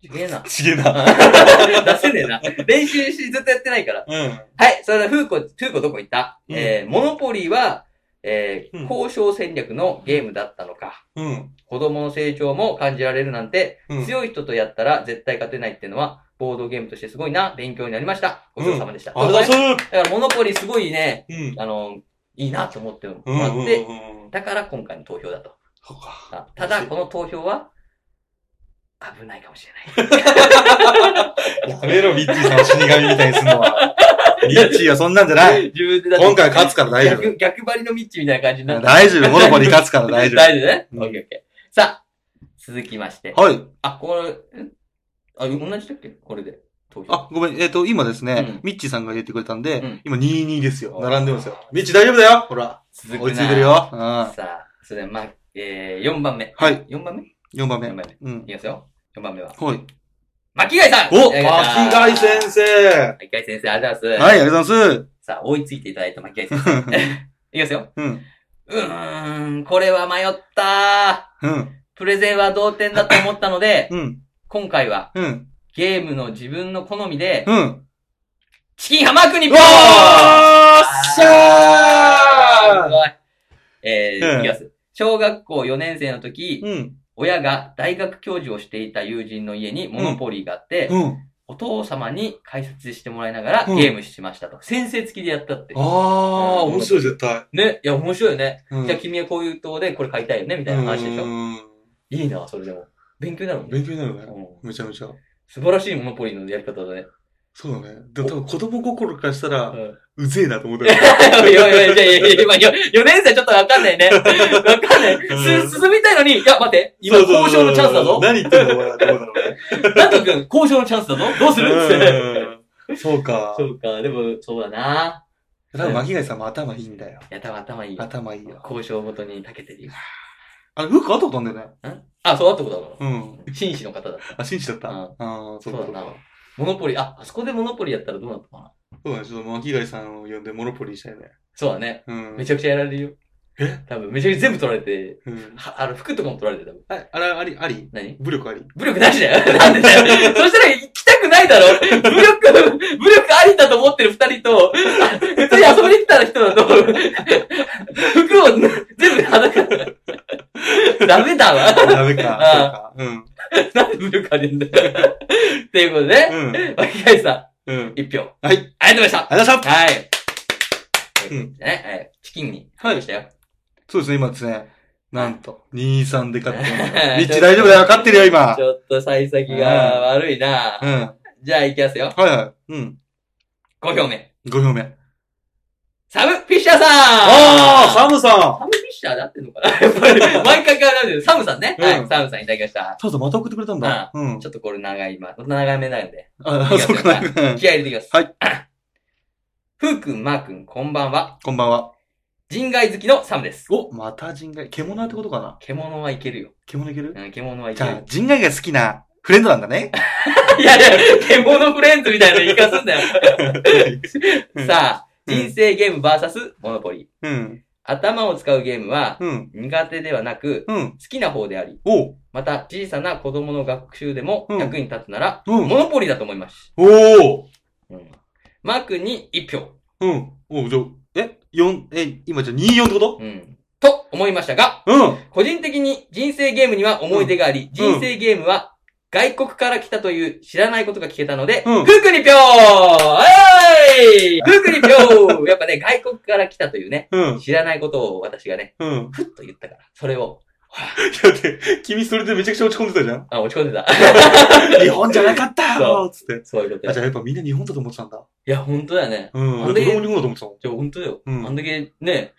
S1: すげえな。 *laughs*
S4: ちげえな。
S1: 出せねえな。練習し、ずっとやってないから。
S4: うん。
S1: はい、それでは、フーコ、フーコどこ行った、
S4: うん
S1: えー、モノポリーは、えー
S4: うん
S1: 交渉戦略のゲームだったのか。
S4: うん。
S1: 子供の成長も感じられるなんて、
S4: うん
S1: 強い人とやったら絶対勝てないっていうのは、ボードゲームとしてすごいな、勉強になりました。ごちそうさまでした。
S4: あ
S1: そう
S4: ざ
S1: ですね
S4: す
S1: だから、モノポリーすごいね、
S4: うん。
S1: あの、いいなと思っても
S4: うん
S1: ら
S4: うんう
S1: っ
S4: ん
S1: て、
S4: うん。
S1: だから今回の投票だと。
S4: そうか。
S1: あただ、この投票は、危ないかもしれない。
S3: や
S4: やめろ、ミッチーさんを死神みたいにすんのは。
S3: *laughs* ミッチーはそんなんじゃない。
S1: *laughs* 自分でだって
S3: 今回勝つから大丈
S1: 逆、逆張りのミッチみたいな感じにな
S3: 夫。
S1: った。
S3: 大丈夫。モノポリ勝つから大丈
S1: 大丈夫ね。
S3: う
S1: オ
S3: ん
S1: ッケーオッケー。さあ、続きまして
S3: 夫。。はい。
S1: あ、これ、んあ、同じだっけこれで。投票。
S3: あ、ごめん。えっと、今です
S1: うん
S3: ね、ミッチーさんが入れてくれたん
S1: う
S3: で
S1: ん、
S3: 今22ですよ。
S1: あー
S3: 並んでますよ。ミッチー大丈夫だよほら。
S1: 続
S3: 追いついてる。よ。うん。は
S1: さあ、それでは、ま、えー、4番目。
S3: い。
S1: 4番目
S3: 4番目
S1: ?4 番目。。
S3: うん。
S1: いきますよ。4番目は。
S3: はい。
S1: 巻貝さん
S3: お
S1: いただきました
S3: 巻貝先生
S1: 巻貝先生、ありがとうございます。
S3: はい、ありがとうございます。
S1: さあ、追いついていただいた巻貝先生。いきますよ。
S3: うん。
S1: うーん、これは迷った
S3: うん。
S1: プレゼンは同点だと思ったので、
S3: うん。
S1: 今回は
S3: うん。
S1: ゲームの自分の好みで、
S3: うん。
S1: チキンハマークに
S3: う
S1: ポン
S3: わーっし
S1: す
S3: ゃ
S1: ごい。えー
S3: うん
S1: いきます。小学校4年生の時、
S3: ーうん。
S1: 親が大学教授をしていた友人の家にモノポリーがあって、
S3: うん。
S1: お父様に解説してもらいながら
S3: うん
S1: ゲームしましたと。先生付きでやったって
S3: あ。ー、面白い、絶対。
S1: ね、いや、面白いよね。
S3: うん
S1: じゃあ君はこういう塔でこれ買いたいよね、みたいな話でし
S3: う
S1: ょ。
S3: ん
S1: いいな、それでも。勉強になるもんね。
S3: 勉強になるね。
S1: うん
S3: めちゃめちゃ。
S1: 素晴らしいモノポリーのやり方だね。
S3: そうだね。でも多分子供心からしたら、
S1: うん
S3: うぜえなと思ってる。
S1: *laughs* いやいやいやいやいや、今よ4年生ちょっとわかんないね。わかんない。
S3: うん
S1: す、進みたいのに、いや、待って、今
S3: そうそう
S1: 交
S3: そう
S1: 渉のチャンスだぞ。
S3: 何言ってんのお前らって思うだろうね
S1: なんと君、交渉のチャンスだぞ。どうするって。
S3: うんそうか。
S1: そうか、でも、そうだな。
S3: 多分、巻貝さんも頭いいんだよ。
S1: いや、多分頭いいよ。
S3: 頭いいよ。
S1: 交渉元に長けてるよ。
S3: あれ、フックあったことあんだよね。
S1: んあ、そうあったことあるの
S3: うん。
S1: 紳士の方だった。
S3: あ、真摯だった。
S1: うん
S3: ああ、
S1: そ
S3: そ
S1: う
S3: うか
S1: だ
S3: そう
S1: な
S3: か。。
S1: モノポリ、あ、あそこでモノポリやったらどうなったかな。
S3: そうだね。ちょっと巻貝さんを呼んでモノポリーしたいね。
S1: そうだね。
S3: うん。
S1: めちゃくちゃやられるよ。え多分、めちゃくちゃ全部取られて、
S3: うん。
S1: はあの、服とかも取られて、多分。
S3: ああれ、あり、あり
S1: 何
S3: 武力あり。
S1: 武力なしだよ。 *laughs* なんでだよ。そしたら行きたくないだろ。武力、武力ありだと思ってる二人と、あ普通に遊びに来た人だと、服を全部裸。ダメだわ。
S3: ダ
S1: *laughs*
S3: メか。そうか。うん。
S1: なんで武力ありなんだよ。っていうことで、
S3: うん。
S1: 巻貝さ
S3: うん
S1: ん、。一票。
S3: はい。
S1: ありがとうございました。
S3: ありがとうございました。
S1: はい。
S3: うん
S1: ね、えーチキンに。
S3: はい
S1: ましたよ。。
S3: そうですね、今ですね。なんと、2-3で勝ってます
S1: *laughs*
S3: ミッチー大丈夫だよ、勝ってるよ、今
S1: ち。ょっと幸先が悪いな
S3: うん。は
S1: じゃあ行きますよ。
S3: いはい。うん。
S1: 5票目。
S3: 5票目。あ
S1: サム・フィッシャーさん
S3: あー、サムさん
S1: サムフィッシャーだってんのかな *laughs* やっぱり、
S3: *laughs*
S1: 毎回変わるんサムさんね。
S3: うん
S1: はい、サムさんいただきました。
S3: サムさんまた送ってくれたんだ。うん
S1: ち。ょっとこれ長い、今、長めなんで。
S3: あ、そうか。うん
S1: 気合い入れてきま
S3: は
S1: す。はい。 *laughs* ふうくん、まーくん、こんばんは。
S3: こんばんは。
S1: 人外好きのサムです。
S3: お、また人外。獣ってことかな
S1: 獣はいけるよ。
S3: 獣いける
S1: うん、獣はい
S3: じ
S1: け
S3: ゃあ
S1: る、。
S3: 人外が好きなフレンドなん
S1: *laughs*
S3: だね。
S1: いやいや、獣フレンズみたいな言い方すんだよ。
S3: *laughs* うん
S1: さあ、
S3: うん
S1: 人生ゲーム VS モノポリ。
S3: うん。
S1: 頭を使うゲームは、
S3: うん。
S1: 苦手ではなく、
S3: うん。
S1: 好きな方であり、
S3: おう
S1: また小さな子供の学習でも
S3: うん
S1: 役に立つなら、
S3: う
S1: *laughs*
S3: ん
S1: モノポリだと思います。
S3: おお
S1: うんマー君に1票。
S3: うん。おうじゃあ、え、4、え、今じゃあ24ってこと
S1: うん。と思いましたが、
S3: うん。
S1: 個人的に人生ゲームには思い出があり、人生ゲームは外国から来たという知らないことが聞けたので、
S3: うん
S1: フークに票はいフークに票やっぱね、外国から来たというね、
S3: うん。
S1: 知らないことを私がね、
S3: うん。
S1: ふっと言ったから、それを、
S3: いや、で、君それでめちゃくちゃ落ち込んでたじゃん
S1: あ、落ち込んでた。 *laughs*
S3: 日本じゃなかったよつって。
S1: そういうこと
S3: あ、
S1: よ
S3: じゃあやっぱみんな日本だと思ってたんだ。
S1: いや、本当だよね。
S3: うん。
S1: あん
S3: だ
S1: だ
S3: っ
S1: け
S3: て俺も日本だと思ってたもん。
S1: じゃあ本当だよ。
S3: うん
S1: あんだけね、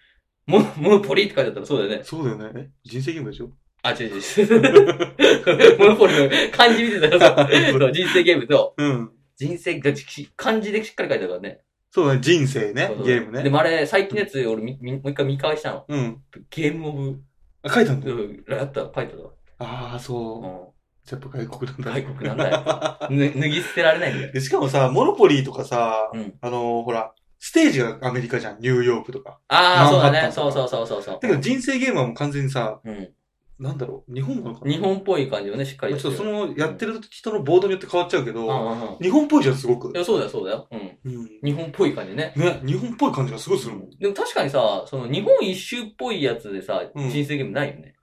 S1: モモノポリって書いてあったらそうだよね。
S3: そうだよね。え人生ゲームでしょ
S1: あ、違う違う。モ *laughs* ノポリの漢字見てたら *laughs* そうそう人生ゲームと、
S3: うん。
S1: 人生がき漢字でしっかり書いてあるからね。
S3: そうだね。人生ね
S1: そうそ。う
S3: ゲームね
S1: で。もあれ、最近のやつ、俺み、みもう一回見返したの。
S3: うん。
S1: ゲームオブ、
S3: あ、書いたんだ
S1: う
S3: よ。
S1: んやった、書いてたわ。
S3: ああ、そう。やっぱ外国なんだ。
S1: 外国なんだよ。 *laughs* ぬ脱ぎ捨てられないんだよ。
S3: でしかもさ、モノポリーとかさ、
S1: うん
S3: あのーほら、ステージがアメリカじゃん。ニューヨークとか。
S1: ああ、そうだ
S3: マンハ
S1: ね。
S3: ッタ
S1: そ
S3: ン
S1: う
S3: とか
S1: そうそうそうそう。
S3: だけど人生ゲームはもう完全にさ、
S1: うん。
S3: なんだろう。日本なのかな
S1: 日本っぽい感じをね、しっか
S3: ま
S1: り
S3: あ
S1: や
S3: ちょっとそ
S1: るよ
S3: の、やってる人のボードによって変わっちゃうけど、
S1: うんうんうん
S3: 日本っぽいじゃん、すごく
S1: い。や、そうだよ、そうだよ。うん。
S3: うん。
S1: 日本っぽい感じね。
S3: ね、日本っぽい感じがすごいするもん。
S1: でも確かにさ、その日本一周っぽいやつでさ、
S3: うん
S1: 人生ゲームないよね。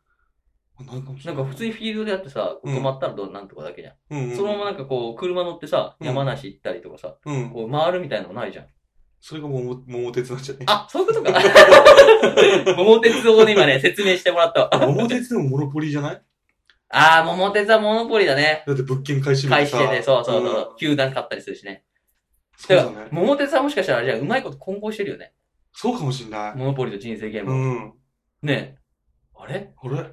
S3: あないかもし
S1: な
S3: れ
S1: ん
S3: ない
S1: か普通にフィールドでやってさ、
S3: うん
S1: 止まったらどうなんとかだけじゃん。
S3: うんうん
S1: そのままなんかこう、車乗ってさ、
S3: うん
S1: 山梨行ったりとかさ、
S3: うん。
S1: こう回るみたいなのないじゃん。
S3: それが桃、桃鉄になっちゃって。
S1: あ、そういうことか。 *laughs* 桃鉄をね、今ね、説明してもらった *laughs* わ。
S3: 桃鉄でもモノポリーじゃない
S1: あー、桃鉄はモノポリだね。
S3: だって物件買い占め
S1: 返
S3: て
S1: し
S3: さ。
S1: てて、そうそうそう。
S3: ん
S1: 球団買ったりするしね。
S3: そう
S1: だか
S3: だ
S1: ら
S3: ね、。
S1: 桃鉄はもしかしたらあれじゃん、うまいこと混合してるよね。
S3: そうかもしんない。
S1: モノポリと人生ゲー
S3: う
S1: ムを。
S3: ん。
S1: ねえ。あれ
S3: あれや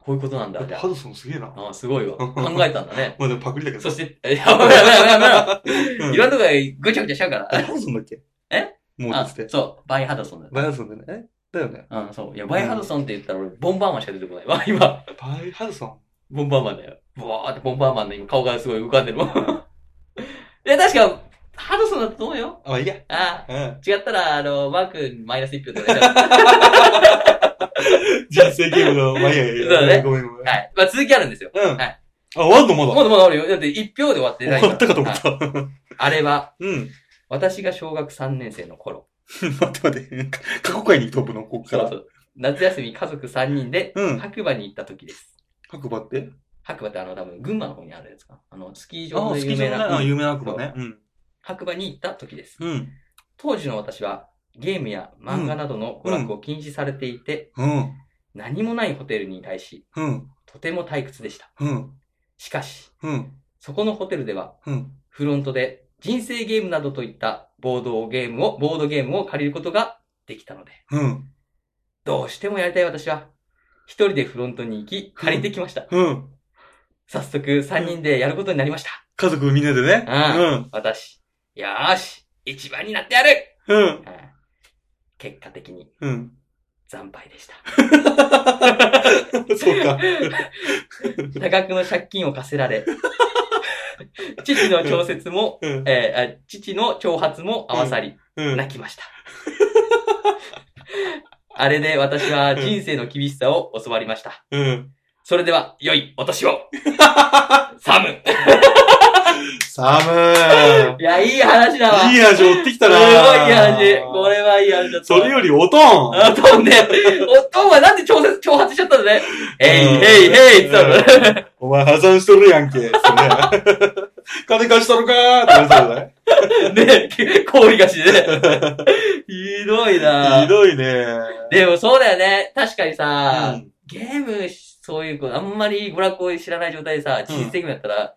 S1: こういうことなんだ、
S3: っ
S1: じ
S3: ぱ
S1: ゃ
S3: ハドソンすげえな。
S1: あ。あー、すごいわ。考えたんだね。
S3: まあでもパクリだけど。
S1: そして、え
S3: *laughs*
S1: やめろやめろやめろやめ
S3: う
S1: ろ。
S3: ん
S1: いろんなとこがぐちゃぐちゃしちゃうから。
S3: あれハドソンだっけ
S1: え
S3: もう
S1: あ
S3: つって。
S1: そう、バイハドソンだ。
S3: バイハドソンだよね。えだよね。
S1: うん、そう。いや、バイハドソンって言ったら俺、ボンバーマンしか出てこないわ、 *laughs* 今。
S3: バイハドソン。
S1: ボンバーマンだよ。ボワーってボンバーマンの今顔がすごい浮かんでるもん。 *laughs* いや、確か、ハドソンだと思うよ。
S3: あ、いいや。
S1: ああ。
S3: *laughs* うん。
S1: 違ったら、あの、マー君マイナス1票取られちゃう。
S3: 人生ゲームの、まあいいやいい
S1: *laughs*
S3: や。
S1: そうだね
S3: ごめんごめん。
S1: はい。まあ、続きあるんですよ。
S3: うん。
S1: はい
S3: あ、ワンのまだ。
S1: まだまだあるよ。だって1票で終わってない
S3: 終わったかと思っ
S1: はい
S3: た。
S1: あれは、
S3: *laughs* うん。 *laughs*
S1: 私が小学3年生の頃。
S3: 待って待って。過去回に飛ぶの、ここか
S1: そう
S3: ら
S1: そ。う。夏休み家族3人で、
S3: うん
S1: 白馬に行った時です。
S3: 白馬って
S1: 白馬ってあの、多分、群馬の方にあるやつか。あの、スキー場
S3: あ、
S1: の
S3: スキ
S1: 有
S3: ー場
S1: 名
S3: の
S1: な。
S3: ねあ
S1: うん
S3: 有名な白馬ね。うん。
S1: 白馬に行った時です。
S3: うん。
S1: 当時の私はゲームや漫画などの娯楽を禁止されていて、
S3: うん。
S1: 何もないホテルに対し、
S3: うん。
S1: とても退屈でした。
S3: うん。
S1: しかし、
S3: うん。
S1: そこのホテルでは、
S3: うん。
S1: フロントで人生ゲームなどといったボードゲームを、ボードゲームを借りることができたので、
S3: うん。
S1: どうしてもやりたい私は、一人でフロントに行き、借りてきました。
S3: うん。
S1: 早速、三人でやることになりました。
S3: 家族みんなでね。
S1: うん。私、よーし、一番になってやる、
S3: うん。うん。
S1: うん結果的に
S3: うん。 *laughs*
S1: 惨敗でした。
S3: そうか。
S1: 多額の借金を課せられ、 *laughs* 父の調節も、
S3: うん。
S1: えーあ父の挑発も合わさり、
S3: うん。
S1: 泣きました。 *laughs* あれで私は人生の厳しさを教わりました。 *laughs*
S3: うん。
S1: それでは、良いお
S3: *laughs*
S1: 年をサム
S3: 寒
S1: *laughs*
S3: い。
S1: いや、いい話だわ
S3: いい味追ってきた
S1: すご
S3: な。
S1: いいい話これはいい話だった。
S3: *laughs* それよりおとん。
S1: あ、トンね。お、トンはなんで挑発、挑発しちゃったんだね。えい、
S3: うん
S1: えい、えいって言ったの。
S3: お前破産しとるやんけ。それ *laughs* 金貸したのかーって言われたじゃない
S1: *laughs* ね、氷菓子
S3: *laughs*
S1: でね。ひどいな
S3: ひどいね。
S1: *laughs* でもそうだよね。確かにさ、
S3: うん
S1: ゲームし、そういうこうあんまり娯楽を知らない状態でさ、人生ゲームやったら、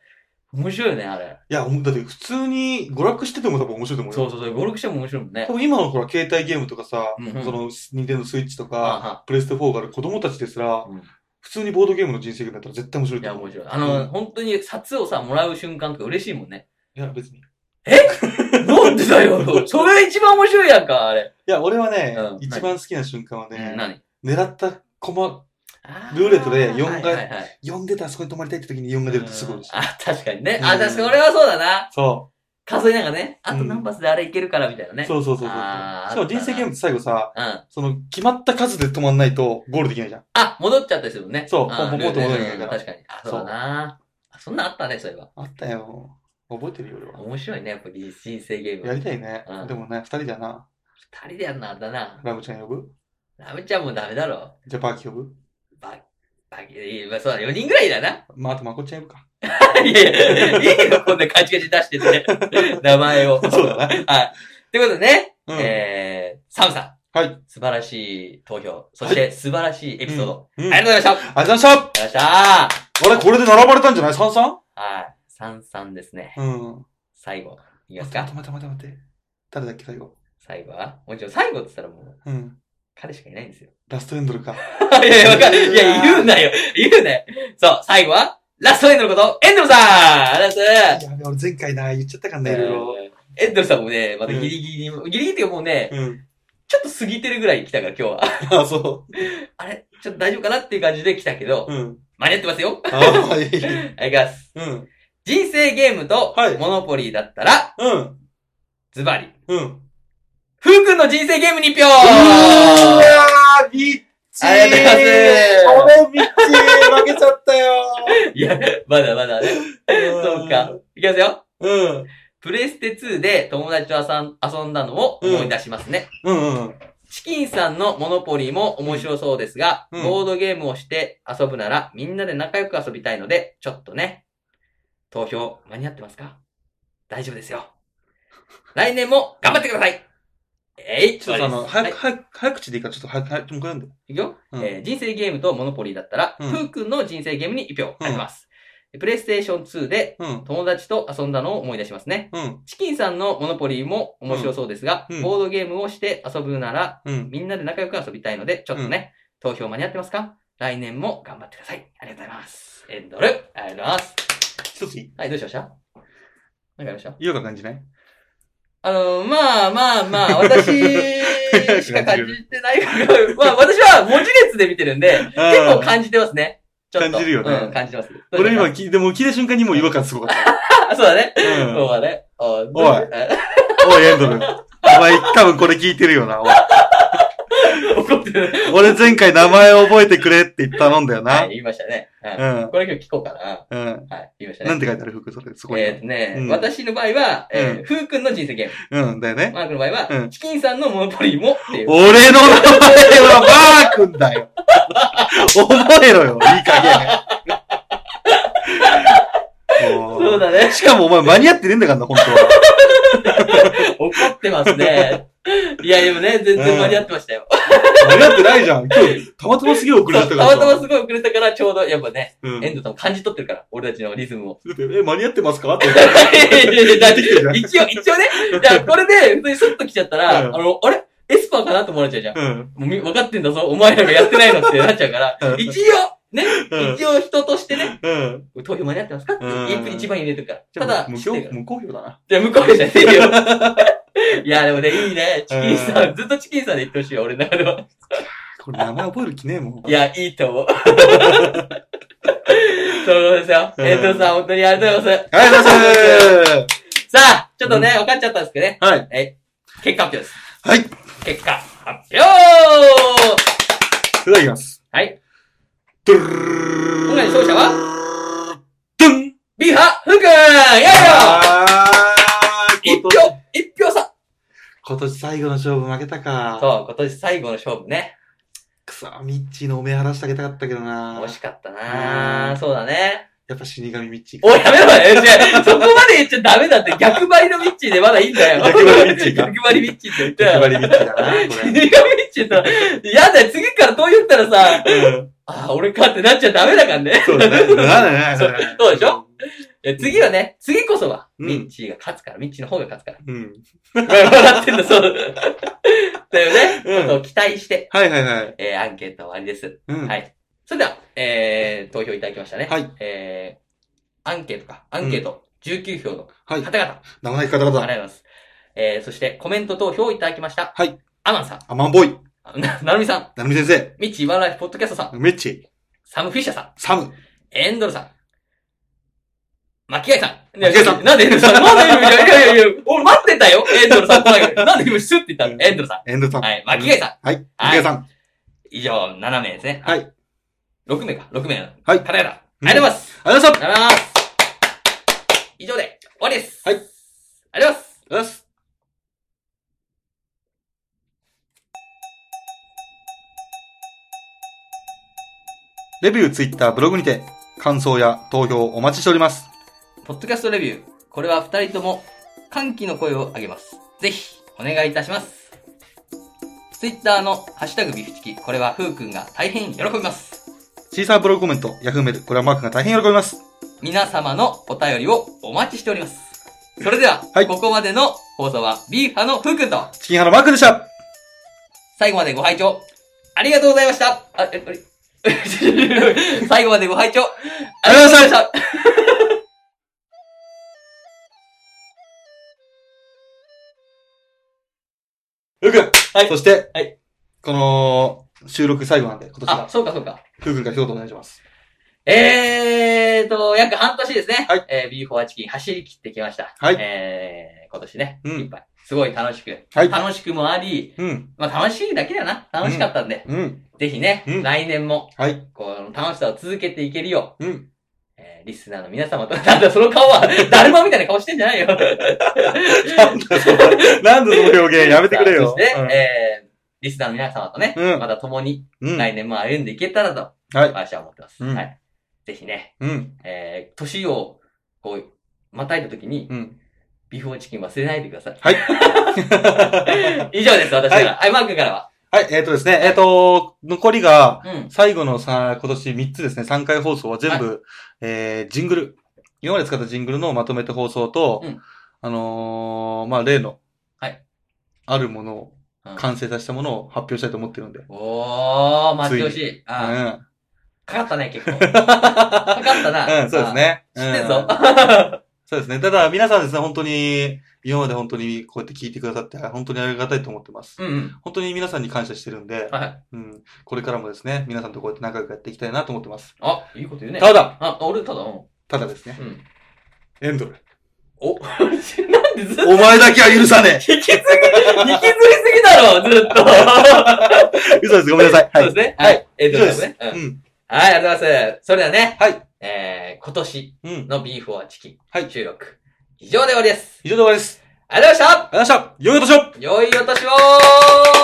S1: 面白いよね、あれ。
S3: いや、だって普通に娯楽してても多分面白いと思うよ。
S1: そうそうそう、5、6しても面白いもんね
S3: 多。分今のほら、携帯ゲームとかさ、
S1: うんうん
S3: その、ニンテンドースイッチと
S1: あ
S3: か、
S1: は
S3: プレステ4がある子供たちですら、
S1: うん
S3: 普通にボードゲームの人生ゲームだったら絶対面白い
S1: い
S3: と
S1: や、
S3: 思う。
S1: 面白い。あの、本当に札をさ、もらう瞬間とか嬉しいもんね。
S3: いや、別に。い *laughs*
S1: なんでだよそれ一番面白いやんか、あれ。
S3: や、俺はね、
S1: うん
S3: 一番好きな瞬間は
S1: うん
S3: ね、
S1: 何
S3: 狙った駒、
S1: あ
S3: ルーレットで四
S1: はい
S3: が
S1: はいはい
S3: 呼んでたらそこに泊まりたいって時に4が出るとすごい嬉しい。
S1: あ、確かにね。
S3: う
S1: あ、
S3: ん
S1: じゃあそれはそうだな。
S3: そ
S1: 数えながらね、あと
S3: うん
S1: 何発であれいけるからみたいな
S3: う。
S1: ね。
S3: そうそうそうそう。し
S1: あー
S3: かも人生ゲームって最後さ、
S1: うん。
S3: その、決まった数で止まんないとゴールできないじゃん。
S1: あ、戻っちゃったりするもんね。
S3: そう
S1: あ
S3: ポンポンポンと戻らなきゃいけないから
S1: 確かに。あ、そうだな。あそんなんあったね、それは。
S3: あったよ。覚えてるよ、俺は。
S1: 面白いね、やっぱり人生ゲー
S3: や
S1: ム。
S3: りたいね
S1: う。ん
S3: でもね、二人だな。
S1: 二人でやるのあったな。
S3: ラムちゃん呼ぶ
S1: ラムちゃんもダメだろ。
S3: じゃあ、パーキー呼ぶ
S1: ババキ、いやまあそうだ、4人ぐらいだな。 *laughs*
S3: まあ、あと、まこっちゃん呼ぶか。
S1: いやいや、いいよ、こんなカチカチ出して
S3: *laughs*
S1: て。名前を。
S3: そうだな。
S1: はい。ってことでね、
S3: うん。
S1: えー、サムさん。
S3: はい。
S1: 素晴らしい投票。そして、素晴らしいエピソード。
S3: うんうん
S1: ありがとうございました。
S3: ありがとうございまし
S1: ありがとうございました。
S3: たあれ、これで並ばれたんじゃない ?33?
S1: はい。三三ですね。
S3: うん。
S1: 最後。いき
S3: や
S1: ます
S3: 待っ
S1: か
S3: て待って待って待って。誰だっけ、最後。
S1: 最後はもちろん最後って言ったらもう、
S3: うん。
S1: 彼しかいないんですよ。
S3: ラストエンドルか。
S1: *laughs* いやいや、わかる。いや、言うなよ。言うなよ。そう、最後は、ラストエンドルこと、エンドルさんありがとうございます
S3: やべ、俺前回な、言っちゃったからね、いろいろ。
S1: エンドルさんもね、まだギリギリ、ギリギリっていうかもうね、
S3: うん。
S1: ちょっと過ぎてるぐらい来たから今日は。 *laughs*
S3: あ、そ
S1: あれちょっと大丈夫かなっていう感じで来たけど、
S3: う。うん。
S1: 間に合ってますよ。
S3: ああ、い
S1: *laughs*
S3: い。うん。
S1: ありがとうございます。
S3: うん。
S1: 人生ゲームと
S3: はい、
S1: モノポリーだったら、
S3: うん。
S1: ズバリ、
S3: うん。
S1: ふうくんの人生ゲームに一票
S3: うわー、ビッチー
S1: ありがとうござ
S3: ごめん、ビッチー負けちゃったよ
S1: いや、まだまだね。
S3: ー
S1: そうか。。いきますよ。
S3: うん。
S1: プレステ2で友達と遊ん遊んだのを思い出しますね。
S3: うんうん。
S1: チキンさんのモノポリーも面白そうですが、
S3: うん
S1: ボードゲームをして遊ぶならみんなで仲良く遊びたいので、ちょっとね。投票間に合ってますか大丈夫ですよ。来年も頑張ってくださいえい
S3: ちょっとあ
S1: 終
S3: の、
S1: わ
S3: 早
S1: りで
S3: く、
S1: す
S3: 早く、早口でいいから、ちょっと早く、早く、もう一回読んで。
S1: いくよ、
S3: うん
S1: えー人生ゲームとモノポリーだったら、
S3: うん
S1: ふうくんの人生ゲームに1票あります。プレイステーション2で
S3: うん。
S1: 友達と遊んだのを思い出しますね。
S3: うん。
S1: チキンさんのモノポリーも面白そうですが、
S3: うんうん
S1: ボードゲームをして遊ぶなら
S3: うん。
S1: みんなで仲良く遊びたいので、ちょっとね、投票間に合ってますか来年も頑張ってください。ありがとうございます。エンドル、ありがとうございます。
S3: 一ついい
S1: はい、どうしましたなんかありました
S3: 違和感感じない
S1: あの、まあまあまあ、
S3: *laughs*
S1: 私しか感じてないから、 *laughs* まあ私は文字列で見てるんで、結構感じてますね。ちょっと。
S3: 感じるよね
S1: うん、感じてます。
S3: 俺今
S1: どうし
S3: 聞い、でも聞いた瞬間にもう違和感すごかった。
S1: ま *laughs* した、あそうだね。
S3: うん
S1: そうだね。おい
S3: おいおい、エンドル。お前、多分これ聞いてるよな。おい
S1: *laughs* 怒ってる。
S3: 俺前回名前を覚えてくれって頼んだよ
S1: は
S3: な。
S1: い、言いましたね。
S3: う
S1: うん
S3: ん。
S1: これ今日聞こうかな。
S3: うん。
S1: はい、言いましたね。
S3: なんて書いてある服それ、そこに
S1: え。ーとね、
S3: うん
S1: 私の場合は、えー
S3: う
S1: ふうくんの人生ゲーム。
S3: うん、だよね。
S1: マークの場合は、
S3: うん
S1: チキンさんのモノポリーもっていう。
S3: 俺の名前はマー君だよ。覚えろよ、いい加減。も
S1: そうだね。
S3: しかもお前間に合ってねえんだからな、本当は。
S1: 怒ってますね。 *laughs* いや、でもね、全
S3: う
S1: 然
S3: ん
S1: 間に合ってましたよ。
S3: 間に合ってないじゃん。今日、たまたますげえ遅れ
S1: そう
S3: てた
S1: た
S3: から
S1: ま
S3: さ。
S1: たますごい遅れたから、ちょうど、やっぱね、
S3: うん
S1: エンドさんも感じ取ってるから、俺たちのリズムを。 *laughs*
S3: え、間に合ってますかって。
S1: いやいやいやだって
S3: きてるじゃん
S1: 一応、一応ね、じゃあこれで、普通にスッと来ちゃったら、
S3: うん
S1: あの、あれエスパーかなと思われちゃうじゃん。
S3: うん。
S1: もうみ分かってんだぞ、お前らがやってないのってなっちゃうから
S3: う、ん
S1: 一応、ね、
S3: うん
S1: 一応人としてね、
S3: うん。
S1: 投票間に合ってますかって
S3: うん
S1: 一番入れてるから。
S3: じゃ
S1: た
S3: あ
S1: だ、
S3: 無
S1: 知ってるか
S3: 表
S1: ら
S3: 無公表だな。
S1: じゃあ、向こうじゃねえよ。 *laughs* いや、でもね、いいね。チキンさん、ずっとチキンさんで言ってほしいよ、俺の中では。
S3: これ名前覚える気ねえもん。
S1: いや、いいと思う。 *laughs* そうですよ。
S3: うん
S1: 遠藤さん、本当にありがとうございま。
S3: ありがとうございます
S1: さあ、ちょっとね、分かっちゃったんですけどね。
S3: す。はい。
S1: 結果発表です。
S3: はい。
S1: 結果発表
S3: それではいきます。
S1: はい。
S3: ドゥルー
S1: 今回の勝者
S3: はドゥン
S1: ビハ、ふくんやいよ一
S3: あー今年
S1: 票一票差
S3: 今年最後の勝負負けたか。
S1: そう、今年最後の勝負ね。
S3: くそ、ミッチーのお目晴らしてあげたかったけどな
S1: 惜しかったなそうだね。
S3: やっぱ死神ミッチー。
S1: おい、やめろよ。違うそこまで言っちゃダメだって。逆張りのミッチーでまだいいんだよ。
S3: 逆張りミッチーか
S1: 逆張りミッチーって言った
S3: 逆
S1: よ。
S3: 張りミッチーだな、こ
S1: 逆張りミッチーと、やだよ、次からどう言ったらさ、
S3: れ。うん
S1: あー、俺かってなっちゃダメだからね。
S3: そうだね。なんだね。
S1: *laughs* そうでしょいや次はね、次こそは、
S3: うん
S1: ミッチーが勝つから、ミッチーの方が勝つから。
S3: うん。
S1: 笑ってんだ、そう。だよね。
S3: うん
S1: ことを期待して、
S3: はいはいはい。
S1: えー、アンケート終わりです。
S3: うん。
S1: はい。それでは、えー、投票いただきましたね。
S3: はい。
S1: えー、アンケートか、アンケート、19票の
S3: はい。
S1: 方々。
S3: 名前方
S1: あ
S3: 々。
S1: りがとうございます。えー、そしてコメント投票をいただきました。
S3: はい。
S1: アマンさん
S3: アマンボーイ。
S1: あ、ななるみさん、
S3: なるみ先生。
S1: ミッチーワンライフポッドキャストさん、
S3: ミッチー。
S1: サムフィッシャーさん、
S3: サム。
S1: エンドルさん、巻貝さん。
S3: 巻貝さん
S1: なんでエンドルさんなんでいやいやいやいや、俺待ってたよエンドルさん来ないから。なんで今シュッて言ったのエンドルさ
S3: エンドさ
S1: ん。
S3: ん。
S1: はい、巻貝さん。
S3: はい。ミケさん。
S1: 以上、7名ですね。
S3: はい。
S1: 6名か、6名の
S3: はい
S1: 方々。ありがとうございます。
S3: ありがとう
S1: ありがとうご
S3: ございま
S1: ざいます。以上で、終わりです。
S3: はい
S1: ありがとうございます。
S3: す。よし。レビュー、ツイッター、ブログにて、感想や投票お待ちしております。
S1: ポッドキャストレビュー。これは二人とも歓喜の声を上げます。ぜひ、お願いいたします。ツイッターのハッシュタグビフチキ、これはふうくんが大変喜びます。
S3: シーサーブログコメント、ヤフーメール、これはマークが大変喜びます。
S1: 皆様のお便りをお待ちしております。それでは、
S3: はい
S1: ここまでの放送はビーファのふうくんと、
S3: チキンハのマークでした
S1: 最後までご拝聴ありがとうございました。あ、え、あれ *laughs* 最後までご拝聴ありがとうございました。
S3: ふうくん
S1: はい
S3: そして、
S1: はい
S3: この、収録最後なんで、今年
S1: あ
S3: は、、
S1: そうかそうか。
S3: ふうくんから一言お願いします。
S1: えーと、約半年ですね。
S3: はい
S1: えー、ビーフォアチキン走り切ってきました。
S3: はい
S1: えー、今年ね、
S3: うん
S1: いっぱい。すごい楽しく。
S3: はい
S1: 楽しくもあり、
S3: うん、
S1: まあ楽しいだけだな。楽しかったんで。
S3: うん、
S1: ぜひね、
S3: うん
S1: 来年も、
S3: はい、
S1: この楽しさを続けていけるよ
S3: うん。
S1: う、えー、リスナーの皆様と、なんだその顔
S3: *laughs*
S1: は、だるまみたいな顔してんじゃないよ。
S3: なんだその、なんだその表現、やめてくれよ
S1: そ。して、えー、リスナーの皆様とね、
S3: うん
S1: また共に
S3: うん、うん
S1: 来年も歩んでいけたらと、
S3: はい
S1: 私は思ってます。
S3: うん
S1: はい。ぜひね、
S3: うん、
S1: えー、年を、こう、またいだときに、
S3: うん。
S1: ビフォーチキン忘れないでください。 *laughs*
S3: はい。 *laughs*
S1: 以上です、私から。はい、マークからは。
S3: はい、えっ、とですね、えっ、と、残りが、
S1: うん。
S3: 最後のさ、今年3つですね、3回放送は全部、えー、ジングル。今まで使ったジングルのまとめて放送と、
S1: うん
S3: あのー、まあ、例の、
S1: はい
S3: あるものを、
S1: うん
S3: 完成させたものを発表したいと思ってるんで。
S1: おー、待ってほし
S3: つ
S1: い。*laughs*
S3: う
S1: あー
S3: ん。
S1: かかったね、結構。かかったな。
S3: *laughs* うん、そうですね。
S1: あー。知ってんぞ
S3: うん。 *laughs* そうですね。ただ、皆さんですね、本当に、今まで本当にこうやって聞いてくださって、本当にありがたいと思ってます。
S1: うんうん。
S3: 本当に皆さんに感謝してるんで、
S1: はい。
S3: うん、これからもですね、皆さんとこうやって仲良くやっていきたいなと思ってます。
S1: あ、いいこと言うね。
S3: ただ、
S1: あ、俺ただ、うん。
S3: ただですね、
S1: うん。
S3: エンドル。
S1: お、 *laughs* なんでずっと
S3: *laughs* お前だけは許さね
S1: 引き継ぎ、引き継ぎすぎだろ、ずっと。
S3: え *laughs* 嘘です、ごめんなさい。
S1: そうで
S3: はい
S1: す。ね。
S3: はい
S1: はい。えっと、
S3: 以上です
S1: ね。うん
S3: うん。
S1: はい、ありがとうございます。それではね、
S3: はい。
S1: えー、今年
S3: うん。
S1: のビーフォアチキン、
S3: はい
S1: 収録、以上で終わりです。
S3: 以上で終わりです。
S1: ありがとうございました
S3: ありがとうございました。良いお年
S1: 良
S3: を
S1: いお年を